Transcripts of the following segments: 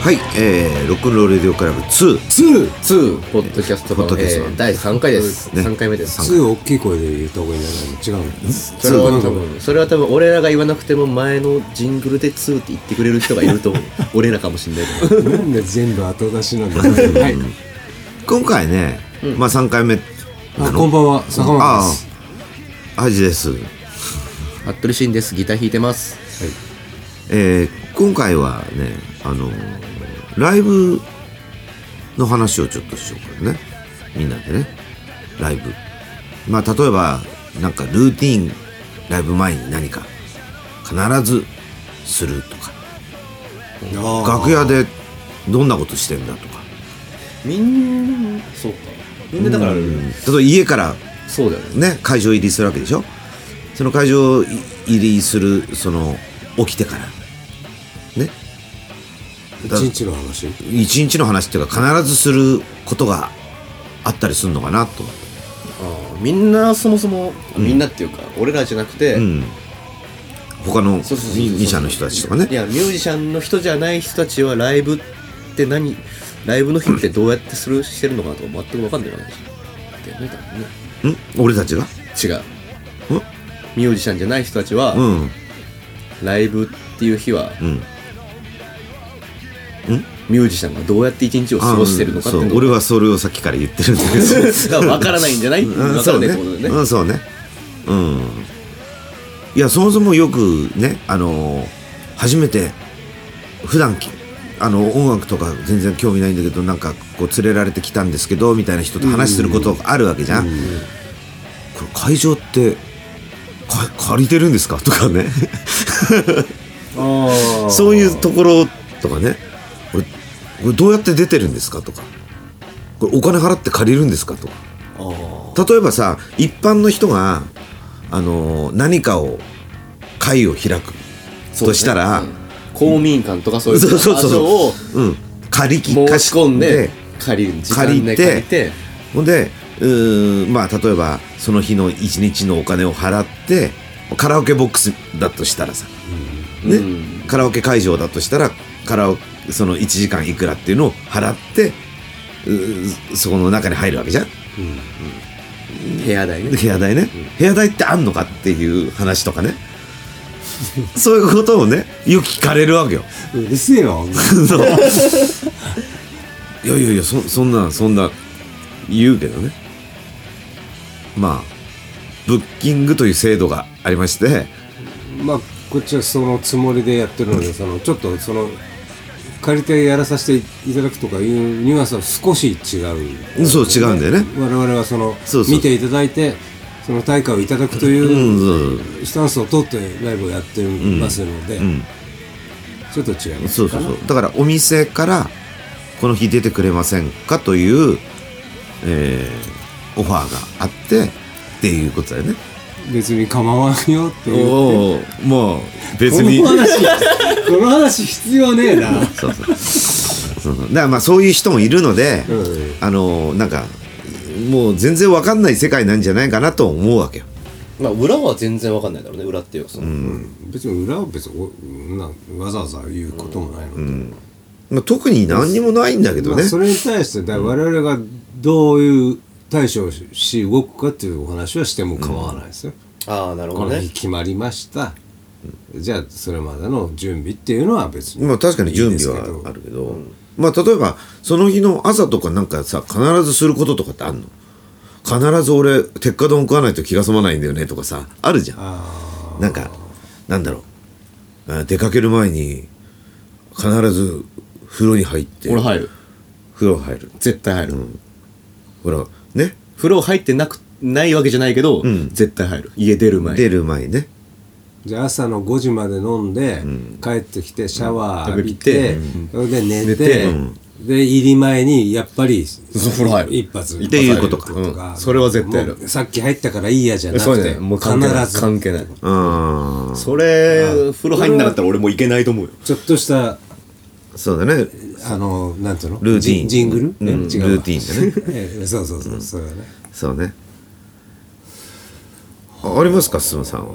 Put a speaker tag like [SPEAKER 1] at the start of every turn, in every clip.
[SPEAKER 1] はい、えー、ロックンロールレディオクラブ2。
[SPEAKER 2] 2、
[SPEAKER 3] 2ポッドキャスト版、
[SPEAKER 1] ポッドキャス
[SPEAKER 3] え
[SPEAKER 1] ト版
[SPEAKER 3] ー、第3回です、
[SPEAKER 1] ね
[SPEAKER 3] 三3回目です
[SPEAKER 2] 2大きい声で言った方がいいんじゃないの違うの
[SPEAKER 3] それは
[SPEAKER 2] なんか
[SPEAKER 3] 多分それは多分俺らが言わなくても前のジングルで2って言ってくれる人がいると思う俺らかもしんない けど
[SPEAKER 2] なんで全部後出しなんだろうはい。
[SPEAKER 1] 今回ね、まあ3回目
[SPEAKER 2] あ、こんばんは、坂本
[SPEAKER 1] あ
[SPEAKER 2] です。
[SPEAKER 1] あ、アジです。
[SPEAKER 3] 服部慎ですギター弾いてます
[SPEAKER 1] えー、今回はね、あのーライブの話をちょっとしようからね。みんなでね。ライブ。まあ、例えば、なんかルーティーン、ライブ前に何か、必ずするとか、
[SPEAKER 2] あ
[SPEAKER 1] 楽屋でどんなことしてんだとか、
[SPEAKER 3] みんなそうかみんなだから、
[SPEAKER 1] 例えば家から
[SPEAKER 3] そうだよね
[SPEAKER 1] ね、会場入りするわけでしょその会場入りする、その、起きてから、ね、
[SPEAKER 2] ー一日の話
[SPEAKER 1] 一日の話っていうか必ずすることがあったりするのかなと思って
[SPEAKER 3] あーみんなそもそもみんなっていうか、俺らじゃなくて、
[SPEAKER 1] うん他のミ
[SPEAKER 3] そうそうそうそう
[SPEAKER 1] ュージシャンの人たちとか
[SPEAKER 3] い
[SPEAKER 1] ね
[SPEAKER 3] やミュージシャンの人じゃない人たちはライブって何ライブの日ってどうやってするしてるのかなとか全く分かんないわけだよね多分
[SPEAKER 1] ん
[SPEAKER 3] ね
[SPEAKER 1] 俺たちが
[SPEAKER 3] 違うミュージシャンじゃない人たちは、
[SPEAKER 1] うんうん
[SPEAKER 3] ライブっていう日は
[SPEAKER 1] うん
[SPEAKER 3] ミュージシャンがどうやって一日を過ごしてるのかって
[SPEAKER 1] あ
[SPEAKER 3] い
[SPEAKER 1] そ
[SPEAKER 3] う
[SPEAKER 1] う
[SPEAKER 3] の
[SPEAKER 1] 俺はそれをさっきから言ってるんだけど
[SPEAKER 3] が分からないんじゃない分
[SPEAKER 1] うん
[SPEAKER 3] か
[SPEAKER 1] そ
[SPEAKER 3] ら
[SPEAKER 1] う
[SPEAKER 3] ない
[SPEAKER 1] ね
[SPEAKER 3] ってことでね
[SPEAKER 1] うんそうねうんいやそもそもよくねあのー初めて普段きあの音楽とか全然興味ないんだけどなんかこう連れられてきたんですけどみたいな人と話することがあるわけじゃんこれ会場ってか借りてるんですかとかね
[SPEAKER 2] あ
[SPEAKER 1] そういうところとかねこれこれどうやって出てるんですかとかこれお金払って借りるんですかとか例えばさ一般の人が、あのー何かを会を開く
[SPEAKER 3] そうね
[SPEAKER 1] としたら
[SPEAKER 3] うん公務員館とかそういう
[SPEAKER 1] そう
[SPEAKER 3] 場
[SPEAKER 1] そうそう
[SPEAKER 3] 所を
[SPEAKER 1] う、ん、借りき
[SPEAKER 3] 申
[SPEAKER 1] 貸
[SPEAKER 3] し
[SPEAKER 1] し
[SPEAKER 3] 込んで借りる時間
[SPEAKER 1] 借り
[SPEAKER 3] で
[SPEAKER 1] て
[SPEAKER 3] 借りて
[SPEAKER 1] ほんでうーんまあ例えばその日の一日のお金を払ってカラオケボックスだとしたらさ、ね
[SPEAKER 3] うん
[SPEAKER 1] カラオケ会場だとしたらカラオその1時間いくらっていうのを払ってうーそこの中に入るわけじゃん
[SPEAKER 3] 部屋代ね
[SPEAKER 1] 部屋代ね、部屋代ってあんのかっていう話とかねそういうことをねよく聞かれるわけよ
[SPEAKER 2] うるせえよ。
[SPEAKER 1] そういやいやいやそそんなそんな言うけどねまあブッキングという制度がありまして
[SPEAKER 2] まあ、こっちはそのつもりでやってるので、その、ちょっとその、借りてやらさせていただくとかいうニュアンスは少し違う。
[SPEAKER 1] そう違うんだよね
[SPEAKER 2] 我々はその、
[SPEAKER 1] そうそう
[SPEAKER 2] 見ていただいて、その対価をいただくと
[SPEAKER 1] う
[SPEAKER 2] いうん
[SPEAKER 1] そう
[SPEAKER 2] スタンスを取ってライブをやってますので、
[SPEAKER 1] ん
[SPEAKER 2] ちょっと違います。
[SPEAKER 1] そうそうそうだからお店からこの日出てくれませんかという、えーオファーがあってっていうことだよね
[SPEAKER 2] 別に構わんよっていう。こ
[SPEAKER 1] おおもう別に
[SPEAKER 2] の話、 この話必要ねえな。
[SPEAKER 1] そうそうそうそうだからまあそういう人もいるので、
[SPEAKER 2] うん
[SPEAKER 1] あのなんかもう全然わかんない世界なんじゃないかなと思うわけよ
[SPEAKER 3] まあ裏は全然わかんないだろうね裏っていうかその
[SPEAKER 2] 別に裏を別におなわざわざ言うこともないので、
[SPEAKER 1] まあ特に何にもないんだけど
[SPEAKER 2] まあ
[SPEAKER 1] ね、
[SPEAKER 2] それに対してだ我々がどういう対処をしし動くかっていうお話はしても構わないですよ、
[SPEAKER 3] ああなる
[SPEAKER 2] こ
[SPEAKER 3] ほど
[SPEAKER 2] の
[SPEAKER 3] ね
[SPEAKER 2] 日決まりました、じゃあそれまでの準備っていうのは別に
[SPEAKER 1] まあ確かに準備
[SPEAKER 2] いいですけ
[SPEAKER 1] は
[SPEAKER 2] ど
[SPEAKER 1] あるけどまあ例えばその日の朝とかなんかさ必ずすることとかってあんの必ず俺鉄火丼食わないと気が済まないんだよねとかさあるじゃん
[SPEAKER 2] あ
[SPEAKER 1] なんかなんだろうあ出かける前に必ず風呂に入って
[SPEAKER 3] 俺入る
[SPEAKER 1] 風呂入る
[SPEAKER 3] 絶対入る
[SPEAKER 1] ほらね
[SPEAKER 3] 風呂入ってなくないわけじゃないけど絶対入る家出る前
[SPEAKER 1] 出る前ね
[SPEAKER 2] ーじゃあ朝の5時まで飲んで、帰ってきてシャワー浴び
[SPEAKER 3] う
[SPEAKER 2] て、
[SPEAKER 3] ん
[SPEAKER 2] それで寝て
[SPEAKER 3] 寝て
[SPEAKER 2] で入り前にやっぱり
[SPEAKER 3] そう風呂入る
[SPEAKER 2] 一発
[SPEAKER 3] って
[SPEAKER 1] いうことか
[SPEAKER 3] うんそれは絶対やる
[SPEAKER 2] もうさっき入ったからいいやじゃな
[SPEAKER 3] そう
[SPEAKER 2] く
[SPEAKER 3] ね
[SPEAKER 2] て
[SPEAKER 3] もう
[SPEAKER 2] 必
[SPEAKER 3] 関係ない
[SPEAKER 2] ず
[SPEAKER 3] 関係ない
[SPEAKER 1] うん
[SPEAKER 3] それ風呂入んなかったら俺もう行けないと思うよ
[SPEAKER 2] ちょっとした
[SPEAKER 1] そうだね
[SPEAKER 2] あのなんていうの
[SPEAKER 1] ルーティーン
[SPEAKER 2] ジンジングル、
[SPEAKER 1] うん
[SPEAKER 2] 違うわ
[SPEAKER 1] ルーティーンだ
[SPEAKER 2] ええそうそうそう、そうだね
[SPEAKER 1] そうねあありますかすむさんは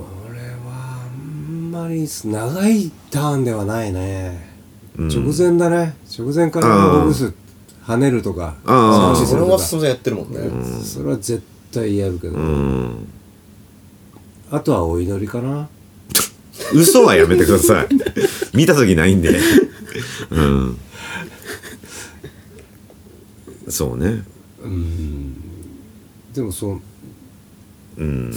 [SPEAKER 2] あんまり長いターンではないね直前だね直前から
[SPEAKER 1] あー
[SPEAKER 2] ほぐす跳ねるとか
[SPEAKER 1] あー
[SPEAKER 2] 着地す
[SPEAKER 3] そ
[SPEAKER 2] る
[SPEAKER 3] れ
[SPEAKER 2] と
[SPEAKER 3] は
[SPEAKER 2] か
[SPEAKER 3] すみませんやってるもんね、
[SPEAKER 2] それは絶対やるけど、
[SPEAKER 1] うん
[SPEAKER 2] あとはお祈りかな
[SPEAKER 1] 嘘はやめてください見た時ないんでうんそうね
[SPEAKER 2] でもそう
[SPEAKER 1] うん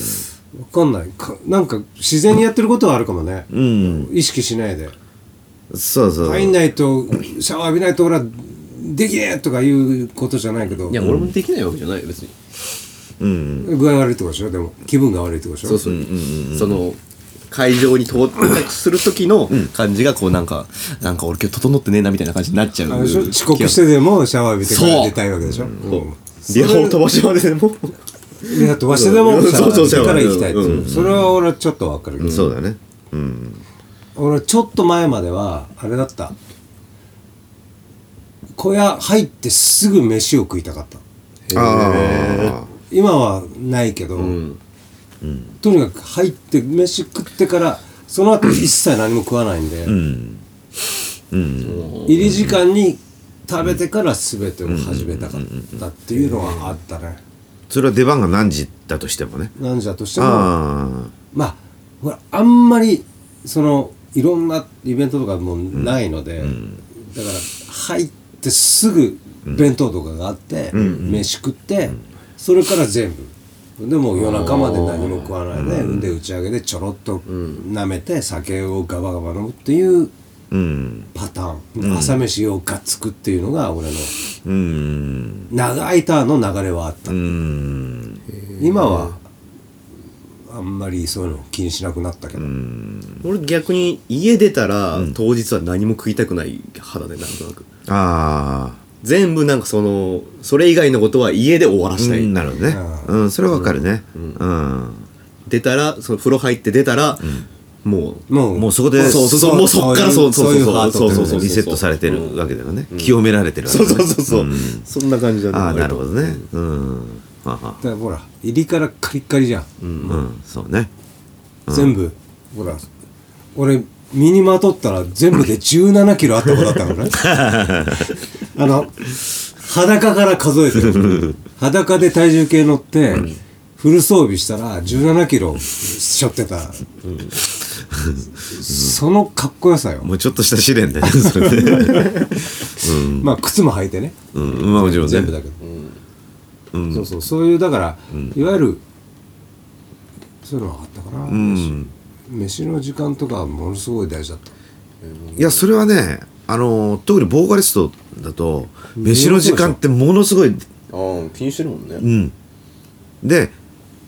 [SPEAKER 2] わかんないかなんか自然にやってることはあるかもね、
[SPEAKER 1] うん
[SPEAKER 2] 意識しないで
[SPEAKER 1] そうそう
[SPEAKER 2] 入んないとシャワー浴びないと俺はできねえとかいうことじゃないけど
[SPEAKER 3] いや俺もできないわけじゃないよ別に
[SPEAKER 1] うん
[SPEAKER 2] 具合悪いってことでしょでも気分が悪いってことでしょ
[SPEAKER 3] そうそう,、その会場に到着する時の感じがこうなんか、なんか俺今日整ってねえなみたいな感じになっちゃう
[SPEAKER 2] あれでしょ遅刻してでもシャワー浴びてから
[SPEAKER 3] そう
[SPEAKER 2] 出たいわけでしょ、うん
[SPEAKER 3] リハを飛ばしまでも
[SPEAKER 2] リハ飛ばしてでも
[SPEAKER 1] うん
[SPEAKER 2] シャワー浴びてから行きたい
[SPEAKER 1] そうそうシャワ
[SPEAKER 2] って
[SPEAKER 1] ー浴びて
[SPEAKER 2] いう
[SPEAKER 1] うん
[SPEAKER 2] それは俺はちょっとわかるけど、
[SPEAKER 1] そうだねうん
[SPEAKER 2] 俺ちょっと前まではあれだった小屋入ってすぐ飯を食いたかった
[SPEAKER 1] ああ
[SPEAKER 2] 今はないけど、
[SPEAKER 3] ん
[SPEAKER 2] とにかく入って飯食ってからその後一切何も食わないんで、
[SPEAKER 1] うんうん
[SPEAKER 2] 入り時間に食べてから全てを始めたかったっていうのはあったね
[SPEAKER 1] それは出番が何時だとしてもね
[SPEAKER 2] なんじゃとしても
[SPEAKER 1] あ
[SPEAKER 2] まあほらあんまりそのいろんなイベントとかもないので、だから入ってすぐ弁当とかがあって、飯食って、それから全部でもう夜中まで何も食わないで、で打ち上げでちょろっと舐めて酒をガバガバ飲むっていう
[SPEAKER 1] あうん
[SPEAKER 2] パターン、朝飯をがっつくっていうのが俺の
[SPEAKER 1] うん
[SPEAKER 2] 長いターンの流れはあった、
[SPEAKER 1] うん
[SPEAKER 2] 今はあんまりそういうの気にしなくなったけど、
[SPEAKER 3] 俺逆に家出たら、当日は何も食いたくない肌でなんとなく
[SPEAKER 1] あ
[SPEAKER 3] 全部なんかそのそれ以外のことは家で終わら
[SPEAKER 1] あ
[SPEAKER 3] したい、
[SPEAKER 1] なるほどねうんそれはわかるねうん
[SPEAKER 3] 出たらその風呂入って出たら、もう
[SPEAKER 2] もう
[SPEAKER 1] もうそこで
[SPEAKER 3] そうそうそうもうそっからそうそう
[SPEAKER 2] そういう
[SPEAKER 3] そうそうそうそう
[SPEAKER 1] リセットされてるわけだよね清められてるわけ
[SPEAKER 3] そう
[SPEAKER 1] だよ
[SPEAKER 3] そ
[SPEAKER 1] ね
[SPEAKER 3] うそうそう、そんな感じだね
[SPEAKER 1] ああ
[SPEAKER 3] 割と
[SPEAKER 1] なるほどねうんはは
[SPEAKER 2] だからほら入りからカリッカリじゃん、
[SPEAKER 1] うんそうね
[SPEAKER 2] 全部ほら俺身にまとったら全部で1 7キロあったことだったからねあの裸から数えてる裸で体重計乗って、フル装備したら1 7キロしょってた、そのかっこよさよ、
[SPEAKER 1] もうちょっとした試練だよねそれ ね
[SPEAKER 2] まあ靴も履いてね
[SPEAKER 1] うんまあもちろんね
[SPEAKER 2] 全部だけど、そうそうそういうだから、いわゆるそういうのがあったかな、
[SPEAKER 1] うん
[SPEAKER 2] 飯の時間とかはものすごい大事だった
[SPEAKER 1] いやそれはねあの特にボーカリストだと飯の時間ってものすごい
[SPEAKER 3] ああ気にしてるもん
[SPEAKER 1] う
[SPEAKER 3] ね、
[SPEAKER 1] ん、で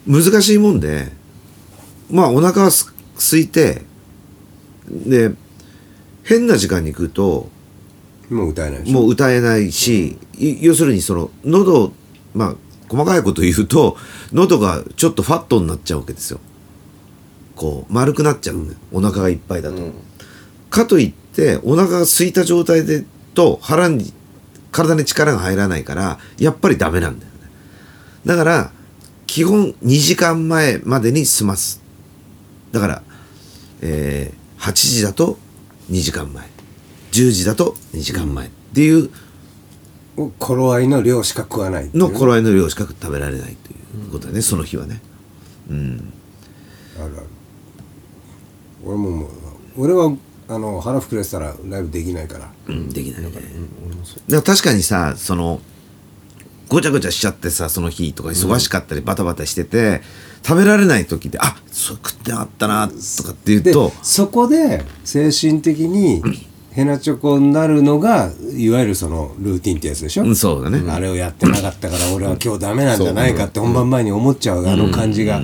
[SPEAKER 1] 難しいもんでまあお腹はす空いてで変な時間に食うと
[SPEAKER 2] もう歌えないでしょ
[SPEAKER 1] もう歌えないしい要するにその喉まあ細かいこと言うと喉がちょっとファットになっちゃうわけですよこう丸くなっちゃうね、お腹がいっぱいだと、かといってお腹が空いた状態でと腹に体に力が入らないからやっぱりダメなんだよねだから基本2時間前までに済ますだから、えー8時だと2時間前10時だと2時間前っていう
[SPEAKER 2] 頃合いの量しか食わないっていう
[SPEAKER 1] の頃合いの量しか食べられないということだね、その日はねうん
[SPEAKER 2] あるある俺ももう俺はあの腹膨れてたらライブできないから
[SPEAKER 1] うん、できないね。だから確かにさそのごちゃごちゃしちゃってさその日とか忙しかったりバタバタしてて、食べられない時で「あそう食ってなかったな」とかって言
[SPEAKER 2] で
[SPEAKER 1] うと
[SPEAKER 2] そこで精神的 にヘナチョコになるのがいわゆるそのルーティンってやつでしょ、
[SPEAKER 1] うんそうだね、
[SPEAKER 2] あれをやってなかったから俺は今日ダメなんじゃないかって本番前に思っちゃう、あの感じが、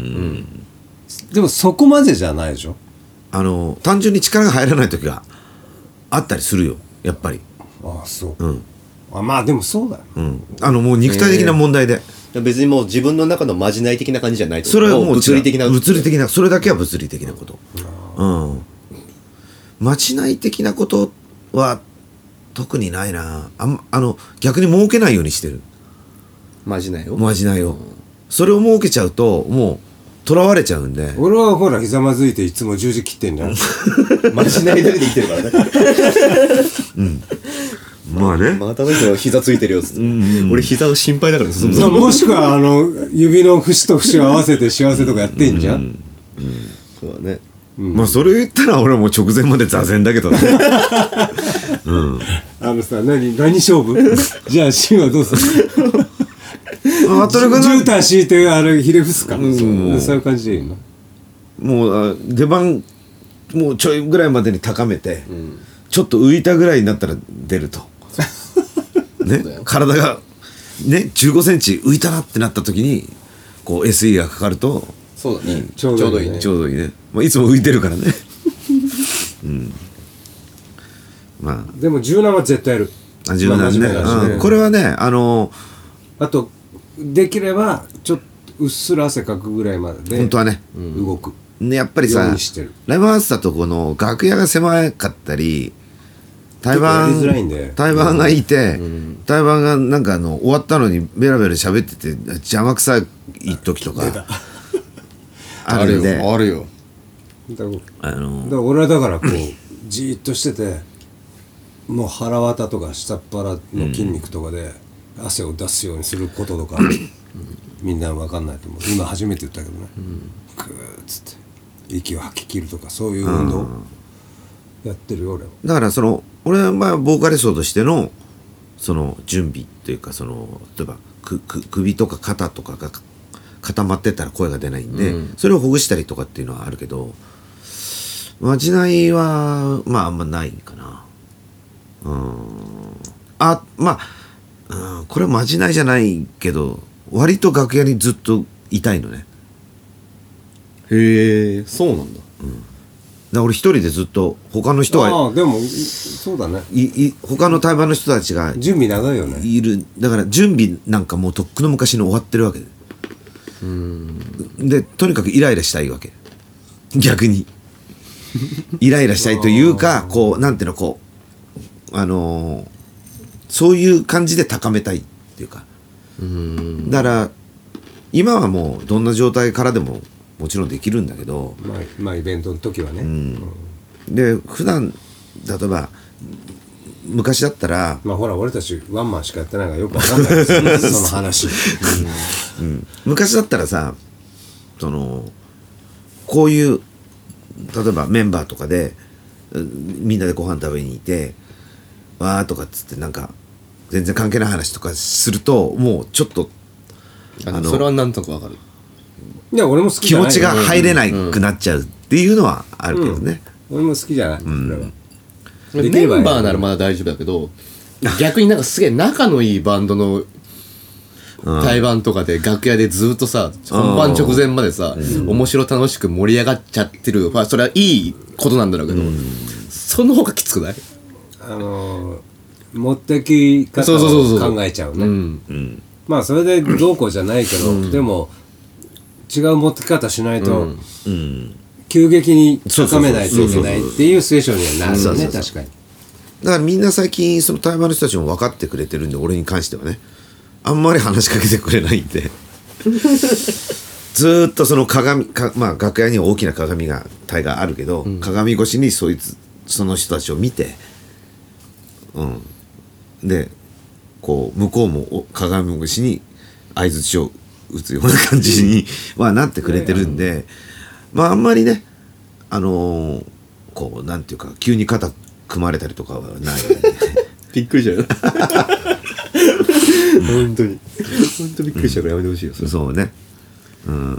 [SPEAKER 2] でもそこまでじゃないでしょ
[SPEAKER 1] あの単純に力が入らない時があったりするよやっぱり
[SPEAKER 2] ああそうう、
[SPEAKER 1] ん
[SPEAKER 2] あまあでもそうだよ、
[SPEAKER 1] うんあのもう肉体的な問題で、
[SPEAKER 3] 別にもう自分の中のまじない的な感じじゃないと
[SPEAKER 1] それはもう違う
[SPEAKER 3] 物理的な
[SPEAKER 1] 物理的なそれだけは物理的なことうん待ちない的なことは特にないなあんあの逆に儲けないようにしてる
[SPEAKER 3] まじないを
[SPEAKER 1] まじないをそれを儲けちゃうともうとらわれちゃうんで
[SPEAKER 2] 俺はほらひざまずいていつも十字切ってんじゃん
[SPEAKER 3] まじないだけで生きてるからね。
[SPEAKER 1] まあね
[SPEAKER 3] またの人が膝ついてるよつって。俺膝が心配だからね、そもそ
[SPEAKER 2] そう
[SPEAKER 3] も。
[SPEAKER 2] もしくはあの指の節と節を合わせて幸せとかやってんじゃん
[SPEAKER 3] そうだね。
[SPEAKER 1] まあそれ言ったら俺はもう直前まで座禅だけど ね
[SPEAKER 2] あのさ何何勝 負じゃあシンはどうする
[SPEAKER 1] まあ服部君なん
[SPEAKER 2] 絨毯敷いてあれひれ伏すかそうそういう感じでいいの
[SPEAKER 1] もうあ出番もうちょいぐらいまでに高めて、ちょっと浮いたぐらいになったら出 るとね体がね1 5センチ浮いたなってなった時にこう SE がかかると
[SPEAKER 3] そうだね。
[SPEAKER 2] ちょうどいいね
[SPEAKER 1] ちょうどいいね、まあ、いつも浮いてるから ねうんま
[SPEAKER 2] でも柔軟は絶対やる
[SPEAKER 1] ああ柔軟ね、
[SPEAKER 2] まあ真面目だしね
[SPEAKER 1] うんこれはねあの
[SPEAKER 2] あとできればちょっとうっすら汗かくぐらいまで
[SPEAKER 1] 本当はね
[SPEAKER 2] 動く
[SPEAKER 1] ね、やっぱり
[SPEAKER 2] よ
[SPEAKER 1] さ
[SPEAKER 2] うにしてる
[SPEAKER 1] ライブハウスだとこの楽屋が狭かったり台
[SPEAKER 2] 結
[SPEAKER 1] 湾
[SPEAKER 2] 構やりづらいんで
[SPEAKER 1] 台湾がいて、台湾がなんかあの終わったのにベラベラ喋ってて邪魔くさい時とかあるんであ
[SPEAKER 3] あるよ。
[SPEAKER 2] だからだ
[SPEAKER 1] の
[SPEAKER 2] から俺はだからこうじーっとしててもう腹渡とか下っ腹の筋肉とかで汗を出すようにすることとか、みんな分かんないと思う今初めて言ったけどね、グーッつって息を吐き切るとかそういう運動やってるよ俺は
[SPEAKER 1] だからその俺はまあボーカリストとしてのその準備っていうかその例えばくく首とか肩とかが固まってったら声が出ないんで、それをほぐしたりとかっていうのはあるけどまじないはまああんまないかなうんあまあ、うん、これはまじないじゃないけど割と楽屋にずっといたいのねだか
[SPEAKER 3] へえ、そうなんだ。
[SPEAKER 1] ら俺一人でずっと他の人は
[SPEAKER 2] ああでもいそうだね
[SPEAKER 1] いい他の対話の人たちが
[SPEAKER 2] 準備長いよね
[SPEAKER 1] いるだから準備なんかもうとっくの昔に終わってるわけででとにかくイライラしたいわけ逆にイライラしたいというかこうなんていうのこうあのーそういう感じで高めたいっていうかだから今はもうどんな状態からでももちろんできるんだけど
[SPEAKER 2] まあ、まあ、イベントの時はね、うん
[SPEAKER 1] で普段例えば昔だったら
[SPEAKER 2] まあほら俺たちワンマンしかやってないからよく分かんないです よその話、
[SPEAKER 1] 昔だったらさそのこういう例えばメンバーとかでうんみんなでご飯食べに行って「わー」とかっつってなんか全然関係ない話とかするともうちょっと
[SPEAKER 3] あのそれはなんとなくわかる。
[SPEAKER 2] いや俺も好き
[SPEAKER 1] 気
[SPEAKER 2] じゃな
[SPEAKER 1] 持
[SPEAKER 2] い
[SPEAKER 1] ちが入れなくなっちゃうっていうのはあるけどね、
[SPEAKER 2] 俺も好きじゃない、それは
[SPEAKER 3] メ
[SPEAKER 2] できれ
[SPEAKER 3] ン
[SPEAKER 2] ば
[SPEAKER 3] バーならまだ大丈夫だけど、逆になんかすげえ仲のいいバンドの対バンとかで楽屋でずっとさ、本番直前までさ、面白楽しく盛り上がっちゃってる。まあそれはいいことなんだろうけど、その方がきつくない
[SPEAKER 2] あのー持ってき方
[SPEAKER 3] そうそうそう
[SPEAKER 2] を
[SPEAKER 3] そう
[SPEAKER 2] 考えちゃう
[SPEAKER 3] う
[SPEAKER 2] ね
[SPEAKER 3] ん。
[SPEAKER 2] まあそれでどうこうじゃないけど、でも違う持ってき方しないと、急激に高めないといけないっていうステーションにはなるよね確かに
[SPEAKER 1] だからみんな最近その台湾の人たちも分かってくれてるんで俺に関してはねあんまり話しかけてくれないんでずーっとその鏡か、まあ、楽屋には大きな鏡が台があるけど、鏡越しにそいつその人たちを見てうんでこう向こうもお鏡越しに相づちを打つような感じに はなってくれてるんで、まああんまりねあのーこうなんていうか急に肩組まれたりとかはない、
[SPEAKER 3] びっくりしちゃうよ。 本当に。本当びっくりしちゃうからやめてほしいよ。それ
[SPEAKER 1] そうねうん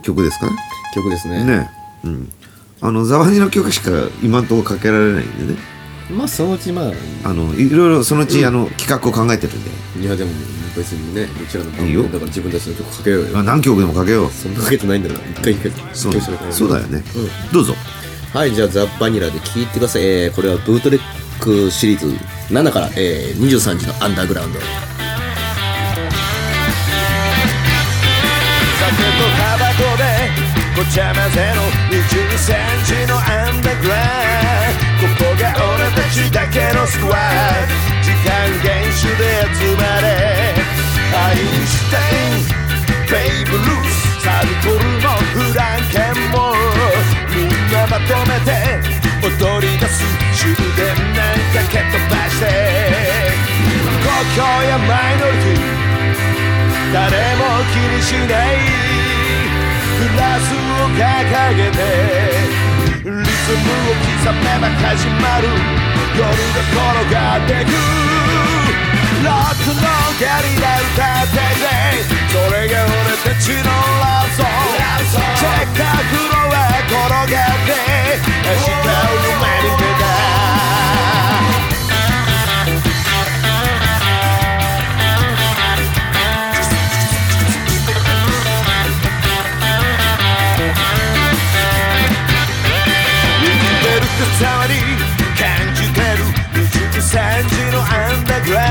[SPEAKER 1] お曲ですかね
[SPEAKER 3] 曲ですね。
[SPEAKER 1] ねうんあのザワニの曲しか今んとこかけられないんでね
[SPEAKER 3] まあそのうちまあ、
[SPEAKER 1] あのいろいろそのうち、あの企画を考えてるんで、
[SPEAKER 3] いやでも別にね、うちらのバ
[SPEAKER 1] いい
[SPEAKER 3] ン
[SPEAKER 1] よ
[SPEAKER 3] ドだから自分たちの曲かけようよ
[SPEAKER 1] あ。何曲でもかけよう
[SPEAKER 3] そんなかけてないんだから、一回一回。
[SPEAKER 1] そう
[SPEAKER 3] 一回しか
[SPEAKER 1] そうだよね、どうぞ
[SPEAKER 3] はい、じゃあ、ザ・バニラで聴いてください。えー、これはブートレックシリーズ7から、えー、23時のアンダーグラウンド。
[SPEAKER 4] 酒とタバコでごちゃ混ぜの23時のアンダーグラウンドここが俺たちだけのスクワット時間厳守で集まれ愛したいベイブルース少やマイノリティ誰も気にしないグラスを掲げてリズムを刻めば始まる夜が転がってくロックのゲリラ歌っててそれが俺たちのラブソングせっかくのは転がって明日を夢見てた生きてるってさに感じてる23時のアンダーグラ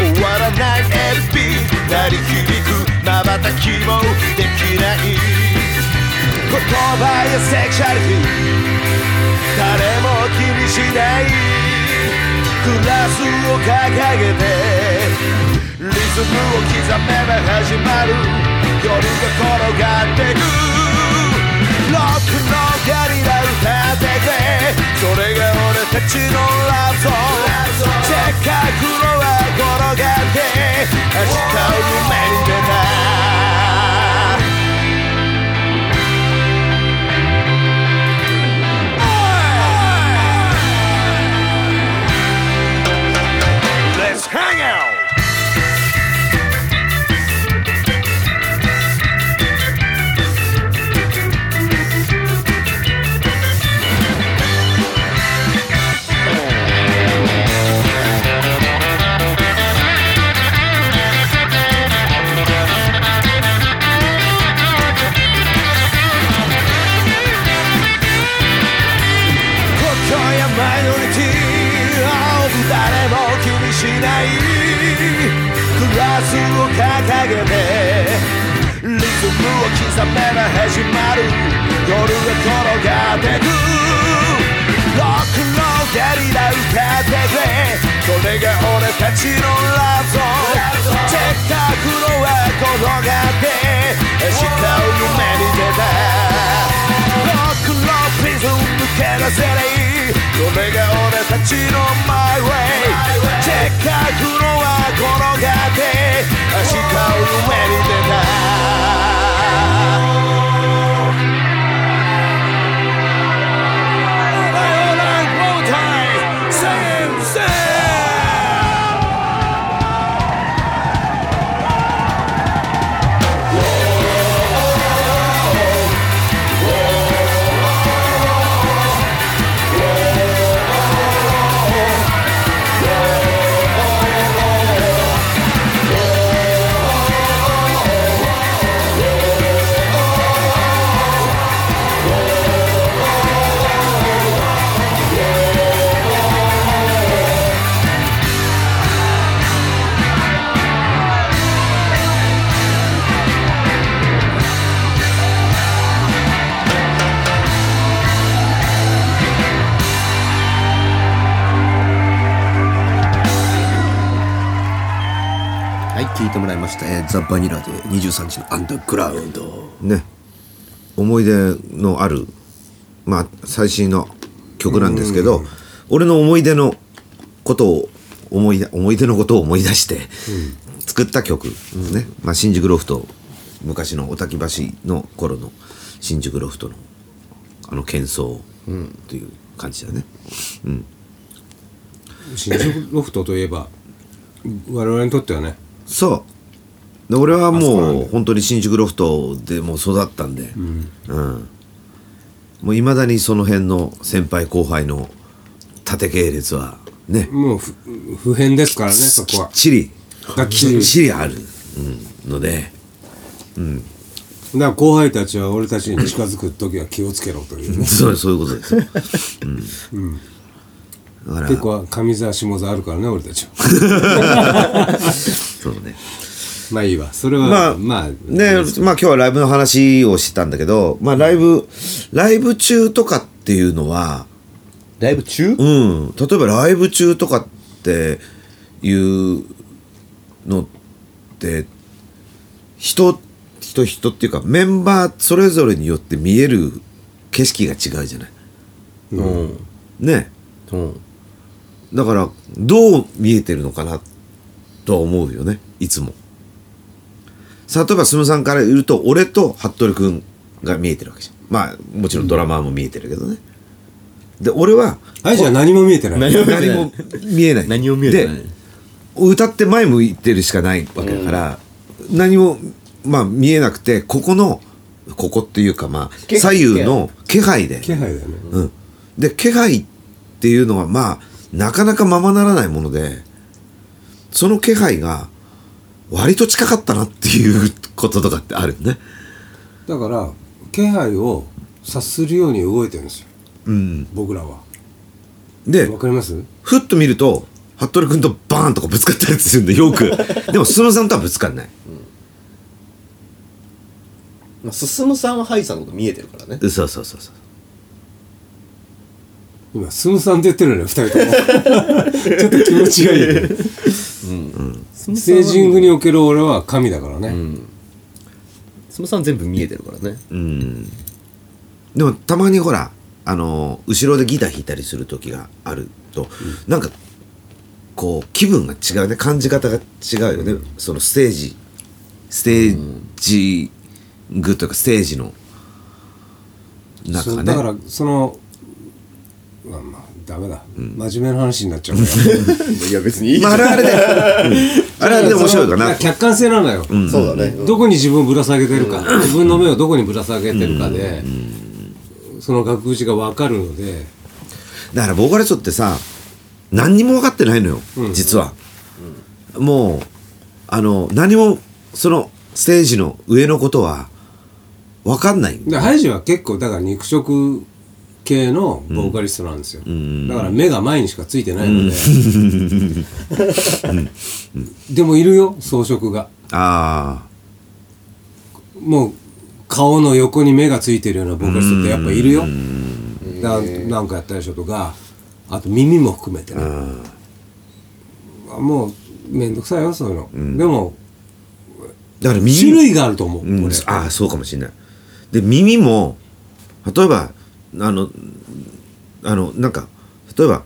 [SPEAKER 4] ウンド終わらない LP 鳴り響く瞬きもできない言葉やセクシャリティ誰も気にしないグラスを掲げてリズムを刻めば始まる夜が転がってくロックのギャリラ歌ってくれそれが俺たちのラブソングせっかくのは転がって明日を夢に出たおい Let's hang out! 今夜マイノリティを誰も気にしないグラスを掲げてリズムを刻めば始まる夜が転がってくロックのゲリラ歌ってくれそれが俺たちのラブソングせっかくのは転がって明日を夢に出たロックのプリズム抜け出せないこれが俺たちのマイウェイせっかくのは転がって明日を夢に出た
[SPEAKER 3] はい、聞いてもらいました。えーザ・バニラで23時のアンダーグラウンド。
[SPEAKER 1] ね思い出のあるまあ最新の曲なんですけど、俺の思い出のことを思い出思い出のことを思い出して、作った曲ですね、まあ、新宿ロフト昔のおたき橋の頃の新宿ロフトのあの喧騒という感じだね、
[SPEAKER 2] 新宿ロフトといえば我々にとってはね
[SPEAKER 1] そうで俺はもう本当に新宿ロフトでもう育ったんでうん、もういまだにその辺の先輩後輩の縦系列はね
[SPEAKER 2] もうふ不変ですからねそ
[SPEAKER 1] き
[SPEAKER 2] こ
[SPEAKER 1] っ
[SPEAKER 2] は
[SPEAKER 1] ちり
[SPEAKER 2] がっ
[SPEAKER 1] き
[SPEAKER 2] ちり
[SPEAKER 1] っちりある、うん、ので
[SPEAKER 2] だから後輩たちは俺たちに近づく時は気をつけろというね
[SPEAKER 1] そうそういうことです、うんだから
[SPEAKER 2] 結構上座下座あるからね俺たちは
[SPEAKER 1] そうね
[SPEAKER 2] まあいいわそれは
[SPEAKER 1] まあ、
[SPEAKER 2] まあ
[SPEAKER 1] ね、まあ今日はライブの話をしてたんだけど、まあライブ、ライブ中とかっていうのは、
[SPEAKER 3] ライブ中
[SPEAKER 1] うん、例えばライブ中とかっていうのって人人人っていうかメンバーそれぞれによって見える景色が違うじゃない。
[SPEAKER 3] うん。
[SPEAKER 1] ね
[SPEAKER 3] うん。
[SPEAKER 1] だからどう見えてるのかなっとは思うよねいつも例えばすむさんから言うと俺と服部君が見えてるわけじゃんまあもちろんドラマーも見えてるけどね、で俺は
[SPEAKER 2] 愛じゃ何も見えてない
[SPEAKER 3] 何も見えて
[SPEAKER 1] 何
[SPEAKER 3] ない
[SPEAKER 1] も見えない
[SPEAKER 3] 何を見えてない
[SPEAKER 1] で歌って前向いてるしかないわけだから、何も、まあ、見えなくてここのここっていうかまあ
[SPEAKER 3] 気配
[SPEAKER 1] 左右の気配で
[SPEAKER 2] 気配だよね
[SPEAKER 1] うん、で気配っていうのはまあなかなかままならないものでその気配が割と近かったなっていうこととかってあるよね。
[SPEAKER 2] だから気配を察するように動いてるんですよ
[SPEAKER 1] うん、
[SPEAKER 2] 僕らは
[SPEAKER 1] で
[SPEAKER 2] わかります
[SPEAKER 1] ふっと見ると服部君とバーンとかぶつかったりするんでよ くでも進さんとはぶつかんない
[SPEAKER 3] まあ、進さんはハイさんのこと見えてるからね
[SPEAKER 1] そうそうそうそう
[SPEAKER 2] 今スムさんって言ってるのよ二人とも ちょっと気持ちがいいステージングにおける俺は神だからね、
[SPEAKER 3] 進さん全部見えてるからね
[SPEAKER 1] うんでもたまにほらあの後ろでギター弾いたりする時があると、なんかこう気分が違うね感じ方が違うよね、そのステージステージングというかステージの中
[SPEAKER 2] そう
[SPEAKER 1] ね
[SPEAKER 2] だからそのまあまあダメだ、真面目な話になっちゃうから
[SPEAKER 3] いや別にいい
[SPEAKER 1] まあ、あれはあれで、うんあれはあれで面白いか
[SPEAKER 2] そ
[SPEAKER 1] な
[SPEAKER 2] の客観性なのよ、
[SPEAKER 3] そうだね
[SPEAKER 2] どこに自分をぶら下げてるか、自分の目をどこにぶら下げてるかで、その額縁が分かるので
[SPEAKER 1] だからボーカリストってさ何にも分かってないのよ、実は、もうあの何もそのステージの上のことは分かんない
[SPEAKER 2] でハイジは結構だから肉食系のボーカリストなんですよ、だから目が前にしかついてないので、でもいるよ装飾が
[SPEAKER 1] あ
[SPEAKER 2] もう顔の横に目がついてるようなボーカリストってやっぱいるよだなんかやったりしょとかあと耳も含めてねもうめんどくさいよそういうの、でも
[SPEAKER 1] あだから
[SPEAKER 2] 種
[SPEAKER 1] 耳、
[SPEAKER 2] 類があると思う、
[SPEAKER 1] うん、
[SPEAKER 2] 俺
[SPEAKER 1] ああそうかもしれないで耳も例えばあのあのなんか例えば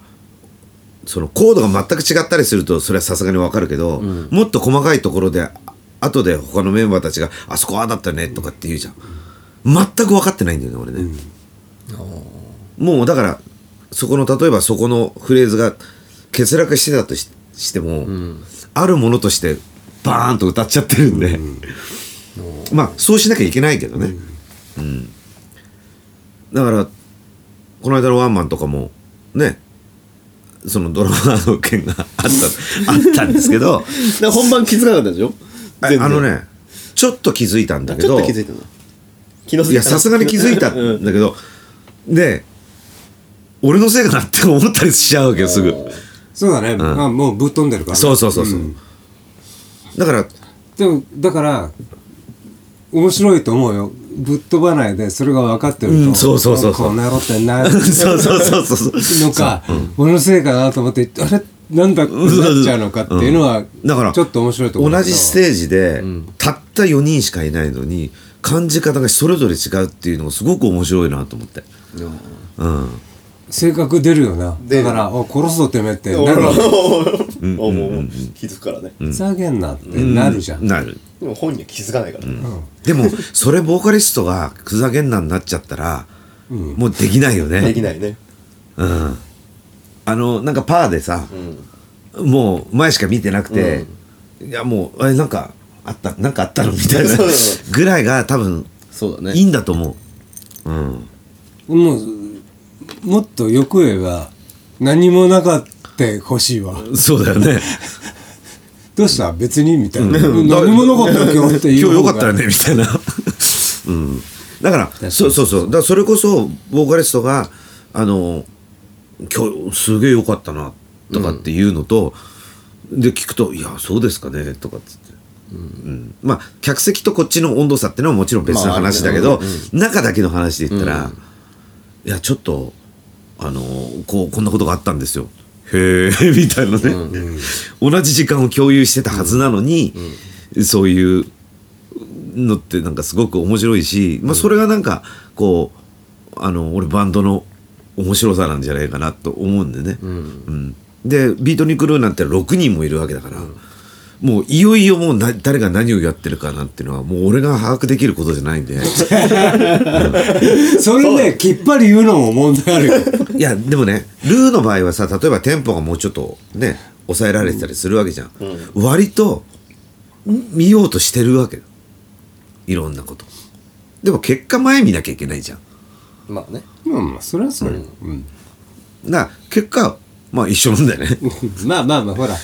[SPEAKER 1] そのコードが全く違ったりするとそれはさすがに分かるけど、もっと細かいところであ後で他のメンバーたちが「あそこああだったね」とかって言うじゃん全く分かってないんだよね俺ね、もうだからそこの例えばそこのフレーズが欠落してたとししても、あるものとしてバーンと歌っちゃってるんで、まあそうしなきゃいけないけどね、うんだからこの間のワンマンとかもねそのドラマーの件があ ったあったんですけど
[SPEAKER 3] だから本番気づかなかったでしょ
[SPEAKER 1] あ
[SPEAKER 3] 全然
[SPEAKER 1] あのねちょっと気づいたんだけ
[SPEAKER 3] ちょ
[SPEAKER 1] ど
[SPEAKER 3] っと気づいたの気の
[SPEAKER 1] いやさすがに気づいた
[SPEAKER 3] うん
[SPEAKER 1] んだけど、で俺のせいかなって思ったりしちゃうわけよすぐ
[SPEAKER 2] そうだね、まあ、もうぶっ飛んでるからね、
[SPEAKER 1] そうそうそうそう、
[SPEAKER 2] ん
[SPEAKER 1] だ から
[SPEAKER 2] でもだから面白いと思うよぶっ飛ばないでそれが分かってると、
[SPEAKER 1] うんそうそうそうそう
[SPEAKER 2] こんな野郎ってんな
[SPEAKER 1] そうそうそうそうそう
[SPEAKER 2] のか、俺のせいかなと思ってあれなんだってなっちゃうのかっていうのは、
[SPEAKER 1] だから
[SPEAKER 2] ちょっと面白いと思う
[SPEAKER 1] 同じステージで、
[SPEAKER 3] ん
[SPEAKER 1] たった4人しかいないのに感じ方がそれぞれ違うっていうのがすごく面白いなと思って、うん、
[SPEAKER 2] 性格出るよな
[SPEAKER 3] 出
[SPEAKER 2] だか
[SPEAKER 3] る
[SPEAKER 2] ら「お殺すぞてめえ」って
[SPEAKER 3] 俺
[SPEAKER 2] な るわけ
[SPEAKER 3] はもうもう気づくからね
[SPEAKER 2] ふざけんなってなるじゃん、
[SPEAKER 1] なる
[SPEAKER 3] でも本人は気づかないからね
[SPEAKER 1] でもそれボーカリストがふざけんなになっちゃったら、
[SPEAKER 2] ん
[SPEAKER 1] もうできないよ
[SPEAKER 3] で
[SPEAKER 1] ね
[SPEAKER 3] きないね
[SPEAKER 1] うん、あのなんかパーでさ、
[SPEAKER 3] うん
[SPEAKER 1] もう前しか見てなくて、いやもうあれなんかあったなんかあったのみたいな
[SPEAKER 3] そうそ
[SPEAKER 1] ぐらいが多分
[SPEAKER 3] そうだ
[SPEAKER 1] いいんだと思う、うん、
[SPEAKER 2] もうもっとよく言えば何もなかってほしいわ
[SPEAKER 1] そうだよね
[SPEAKER 2] どうした別にみたいな、
[SPEAKER 1] うん
[SPEAKER 2] 何もなかったよ今日って
[SPEAKER 1] 今日
[SPEAKER 2] いう
[SPEAKER 1] よ
[SPEAKER 2] 方が
[SPEAKER 1] かったよねみたいな、 うん、だからそうそうそうだからそれこそボーカリストがあの今日すげえよかったなとかっていうのと、で聞くと「いやそうですかね」とかっつって。うんまあ客席とこっちの温度差ってのはもちろん別の話だけど、
[SPEAKER 3] まあある
[SPEAKER 1] 中だけの話で言ったら、いやちょっとあのこうこんなことがあったんですよへえみたいなね、同じ時間を共有してたはずなのに、そういうのってなんかすごく面白いし、まあ、それがなんかこうあの俺バンドの面白さなんじゃないかなと思うんでね、うんでビートに来るなんて6人もいるわけだから、もういよいよもうな誰が何をやってるかなんていうのはもう俺が把握できることじゃないん で
[SPEAKER 2] それねきっぱり言うのも問題あるよ
[SPEAKER 1] いやでもねルーの場合はさ例えばテンポがもうちょっとね抑えられてたりするわけじゃん、割とん見ようとしてるわけよいろんなことでも結果前見なきゃいけないじゃん
[SPEAKER 3] まあね
[SPEAKER 2] うんまあそれはそうよ、うん
[SPEAKER 1] だから結果まあ一緒なんだよ ね
[SPEAKER 2] まあまあまあほら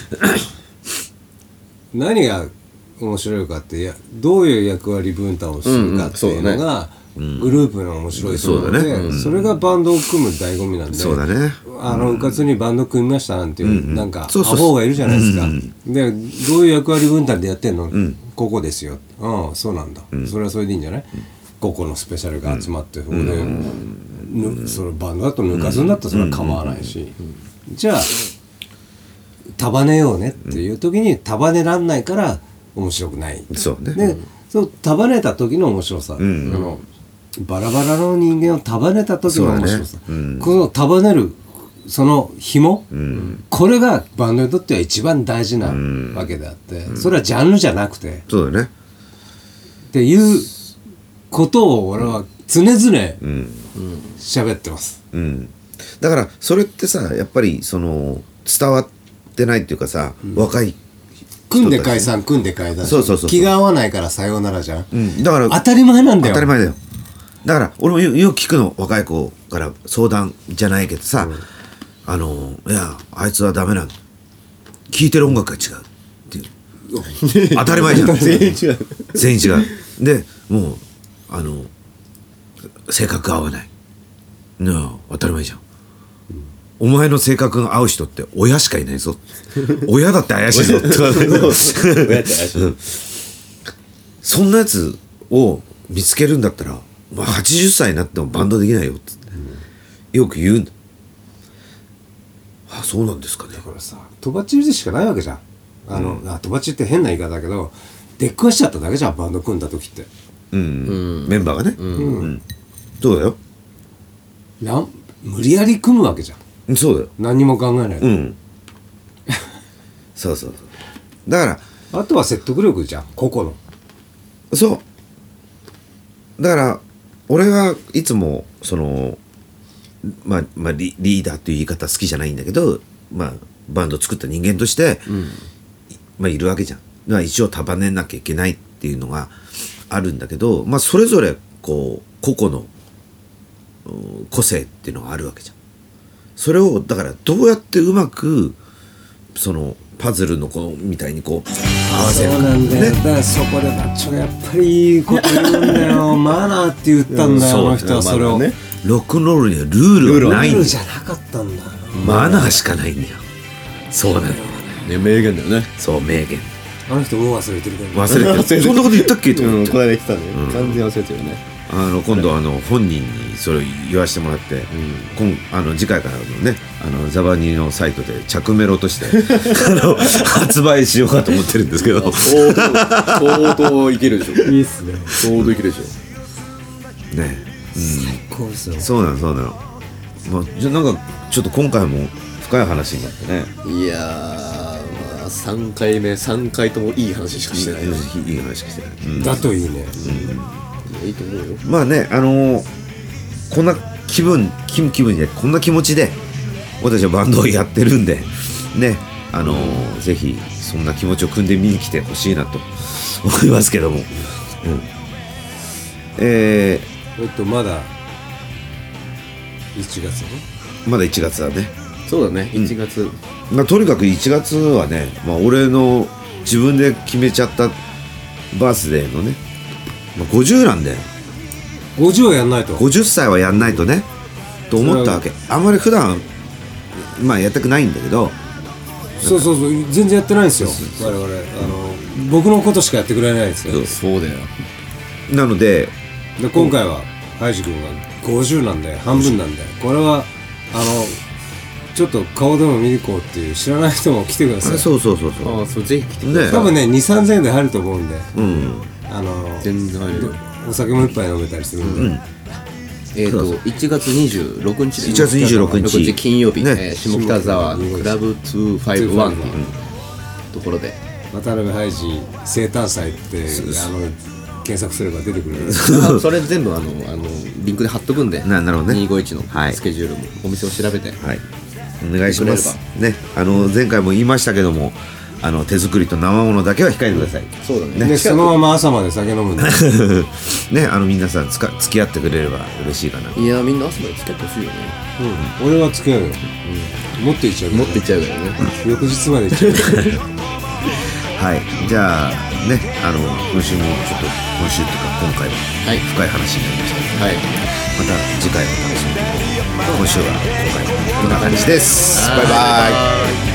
[SPEAKER 2] 何が面白いかってやどういう役割分担をするかっていうのが、グループの面白いところで、
[SPEAKER 1] そうだねうん
[SPEAKER 2] それがバンドを組む醍醐味なんで
[SPEAKER 1] そうだね
[SPEAKER 2] あのうかつにバンド組みましたなんていう、なんか
[SPEAKER 1] そうそう
[SPEAKER 2] アホがいるじゃないですか、でどういう役割分担でやってんの、ここですよああそうなんだ、それはそれでいいんじゃない、ここのスペシャルが集まって、そこで、ぬそのバンドだと抜かすんだったらそれは構わないし、じゃあ束ねようねっていう時に束ねらんないから面白くない
[SPEAKER 1] そうね
[SPEAKER 2] で、そう束ねた時の面白さ、あのバラバラの人間を束ねた時の面白
[SPEAKER 1] そ
[SPEAKER 2] さ
[SPEAKER 1] う、だねうん
[SPEAKER 2] この束ねるその紐、これがバンドにとっては一番大事なわけであって、それはジャンルじゃなくて
[SPEAKER 1] そうだね
[SPEAKER 2] っていうことを俺は常々喋ってます。
[SPEAKER 1] うんだからそれってさやっぱりその伝わってないっていうかさ、若い
[SPEAKER 2] 組んで解散組んで解散
[SPEAKER 1] そうそうそう
[SPEAKER 2] 気が合わないからさようならじゃん、
[SPEAKER 1] んだから
[SPEAKER 2] 当たり前なんだよ
[SPEAKER 1] 当たり前だよだから俺もよよく聞くの若い子から相談じゃないけどさ、あのいやあいつはダメなんだ聴いてる音楽が違うっていう 当たり前じゃん
[SPEAKER 3] 全員違う
[SPEAKER 1] 全員違うでもうあの性格が合わないなあ当たり前じゃんお前の性格が合う人って親しかいないぞ親だって怪しいぞってうんそんなやつを見つけるんだったら、まあ、80歳になってもバンドできないよっつって、よく言うんだあそうなんですかね
[SPEAKER 2] これさとばっちりでしかないわけじゃんあの、あとばっちりって変な言い方だけど出っ壊しちゃっただけじゃんバンド組んだ時って
[SPEAKER 1] うん、メンバーがね、うんそうだよ
[SPEAKER 2] なん無理やり組むわけじゃん
[SPEAKER 1] そうだよ
[SPEAKER 2] 何にも考えない、
[SPEAKER 1] うん。そうそうそう。だから、
[SPEAKER 2] あとは説得力じゃん個々の
[SPEAKER 1] そう。だから、俺はいつも、その、まあ、まあリ、リーダーという言い方好きじゃないんだけど、まあ、バンド作った人間として、いまあ、いるわけじゃん。まあ、一応束ねなきゃいけないっていうのがあるんだけど、まあ、それぞれ、こう、個々のうん個性っていうのがあるわけじゃん。それを、だから、どうやってうまく、その、パズルのこう、みたいにこう、合わ
[SPEAKER 2] そ
[SPEAKER 1] せ
[SPEAKER 2] う
[SPEAKER 1] るか
[SPEAKER 2] なんだよ、
[SPEAKER 1] ね
[SPEAKER 2] だからそこでバッチョがやっぱりいいこと言うんだ よマナーって言ったんだよ、あの人はそれを、
[SPEAKER 3] まあね
[SPEAKER 1] ロックンロールにはルールはないんだ
[SPEAKER 2] ルール
[SPEAKER 1] よ
[SPEAKER 2] じゃなかったんだよ
[SPEAKER 1] マナーしかないんだよそうなのよ
[SPEAKER 3] ね名言だよね
[SPEAKER 1] そう名言
[SPEAKER 2] あの人もう忘れてるけ
[SPEAKER 1] 忘
[SPEAKER 2] ど
[SPEAKER 1] れてるそんなこと言ったっけと
[SPEAKER 3] う
[SPEAKER 1] 思っ
[SPEAKER 3] ん
[SPEAKER 1] て
[SPEAKER 3] この間言ってたね完全に忘れてるよね
[SPEAKER 1] あの今度あの本人にそれを言わせてもらって、今あの次回からのねあのザバニーのサイトで着メロと してあの発売しようかと思ってるんですけど
[SPEAKER 3] 相当相当いけるでし ょ
[SPEAKER 2] いいっすね
[SPEAKER 3] 相当いけるでしょ
[SPEAKER 1] ね
[SPEAKER 2] こうですよ
[SPEAKER 1] そうなのそうなの、まあ、じゃあなんかちょっと今回も深い話になってね
[SPEAKER 3] いやー、まあ、3回目、3回ともいい話しかしてない。い
[SPEAKER 1] いい話してる、うん
[SPEAKER 2] だといいね、
[SPEAKER 3] いと思うよ。
[SPEAKER 1] まあね、あのーこんな気分、気気分じゃないこんな気持ちで、私はバンドをやってるんで、ね、あのーぜひ、そんな気持ちを組んで見に来てほしいなと思いますけども。うん、え
[SPEAKER 2] えっとまだ1月ね
[SPEAKER 1] ーまだ1月だね。
[SPEAKER 3] そうだね、1月。
[SPEAKER 1] まあ、とにかく1月はね、まあ、俺の自分で決めちゃったバースデーのね、まあ、50なんだよ。
[SPEAKER 2] 50はやんないと
[SPEAKER 1] 50歳はやんないとねと思ったわけあんまり普段まあやりたくないんだけど
[SPEAKER 2] そうそうそう全然やってないんですよ我々あの僕のことしかやってくれないんですよ
[SPEAKER 3] そうだよ。
[SPEAKER 1] なので
[SPEAKER 2] で今回はハイジ君が50なんで半分なんでこれはあのちょっと顔でも見に行こうっていう知らない人も来てくださ
[SPEAKER 1] そう
[SPEAKER 2] い
[SPEAKER 1] そうそうそう
[SPEAKER 3] ああ、そう、ぜひ来て。
[SPEAKER 1] ね
[SPEAKER 2] 多分ね2 3 0 0円で入ると思うんで
[SPEAKER 1] うん
[SPEAKER 2] あの
[SPEAKER 3] 全然入るよ。
[SPEAKER 2] お酒も一杯飲めたりするんで、
[SPEAKER 3] えっと、1月26日
[SPEAKER 1] 1月26日
[SPEAKER 3] 26金曜日、
[SPEAKER 1] ね
[SPEAKER 3] えー下北沢クラブ251っていうところで、
[SPEAKER 2] 渡辺ハイジ生誕祭ってあの検索すれば出てくるんです
[SPEAKER 3] あそれ全部あのあのリンクで貼っとくんで
[SPEAKER 1] ななるほどね
[SPEAKER 3] 251
[SPEAKER 1] はい
[SPEAKER 3] のスケジュールも、お店を調べて
[SPEAKER 1] はい、お願いします。ね、あの前回も言いましたけども、あの手作りと生ものだけは控えてください。
[SPEAKER 3] そうだね
[SPEAKER 2] でそのまま朝まで酒飲むんで
[SPEAKER 1] ね、あの皆さんつか付き合ってくれれば嬉しいかな。
[SPEAKER 3] いやみんな朝まで来てほしいよね
[SPEAKER 2] うん俺は付き合うよ、持っていっちゃう
[SPEAKER 3] 持っていっちゃうからね
[SPEAKER 2] 翌日まで行っちゃう
[SPEAKER 1] はい、じゃあね、あの今週もちょっと今週というか今回は
[SPEAKER 3] はい
[SPEAKER 1] 深い話になりましたね。
[SPEAKER 3] はい
[SPEAKER 1] また次回お楽しみに。今週は今回こんな感じです。バイバイ。
[SPEAKER 3] イ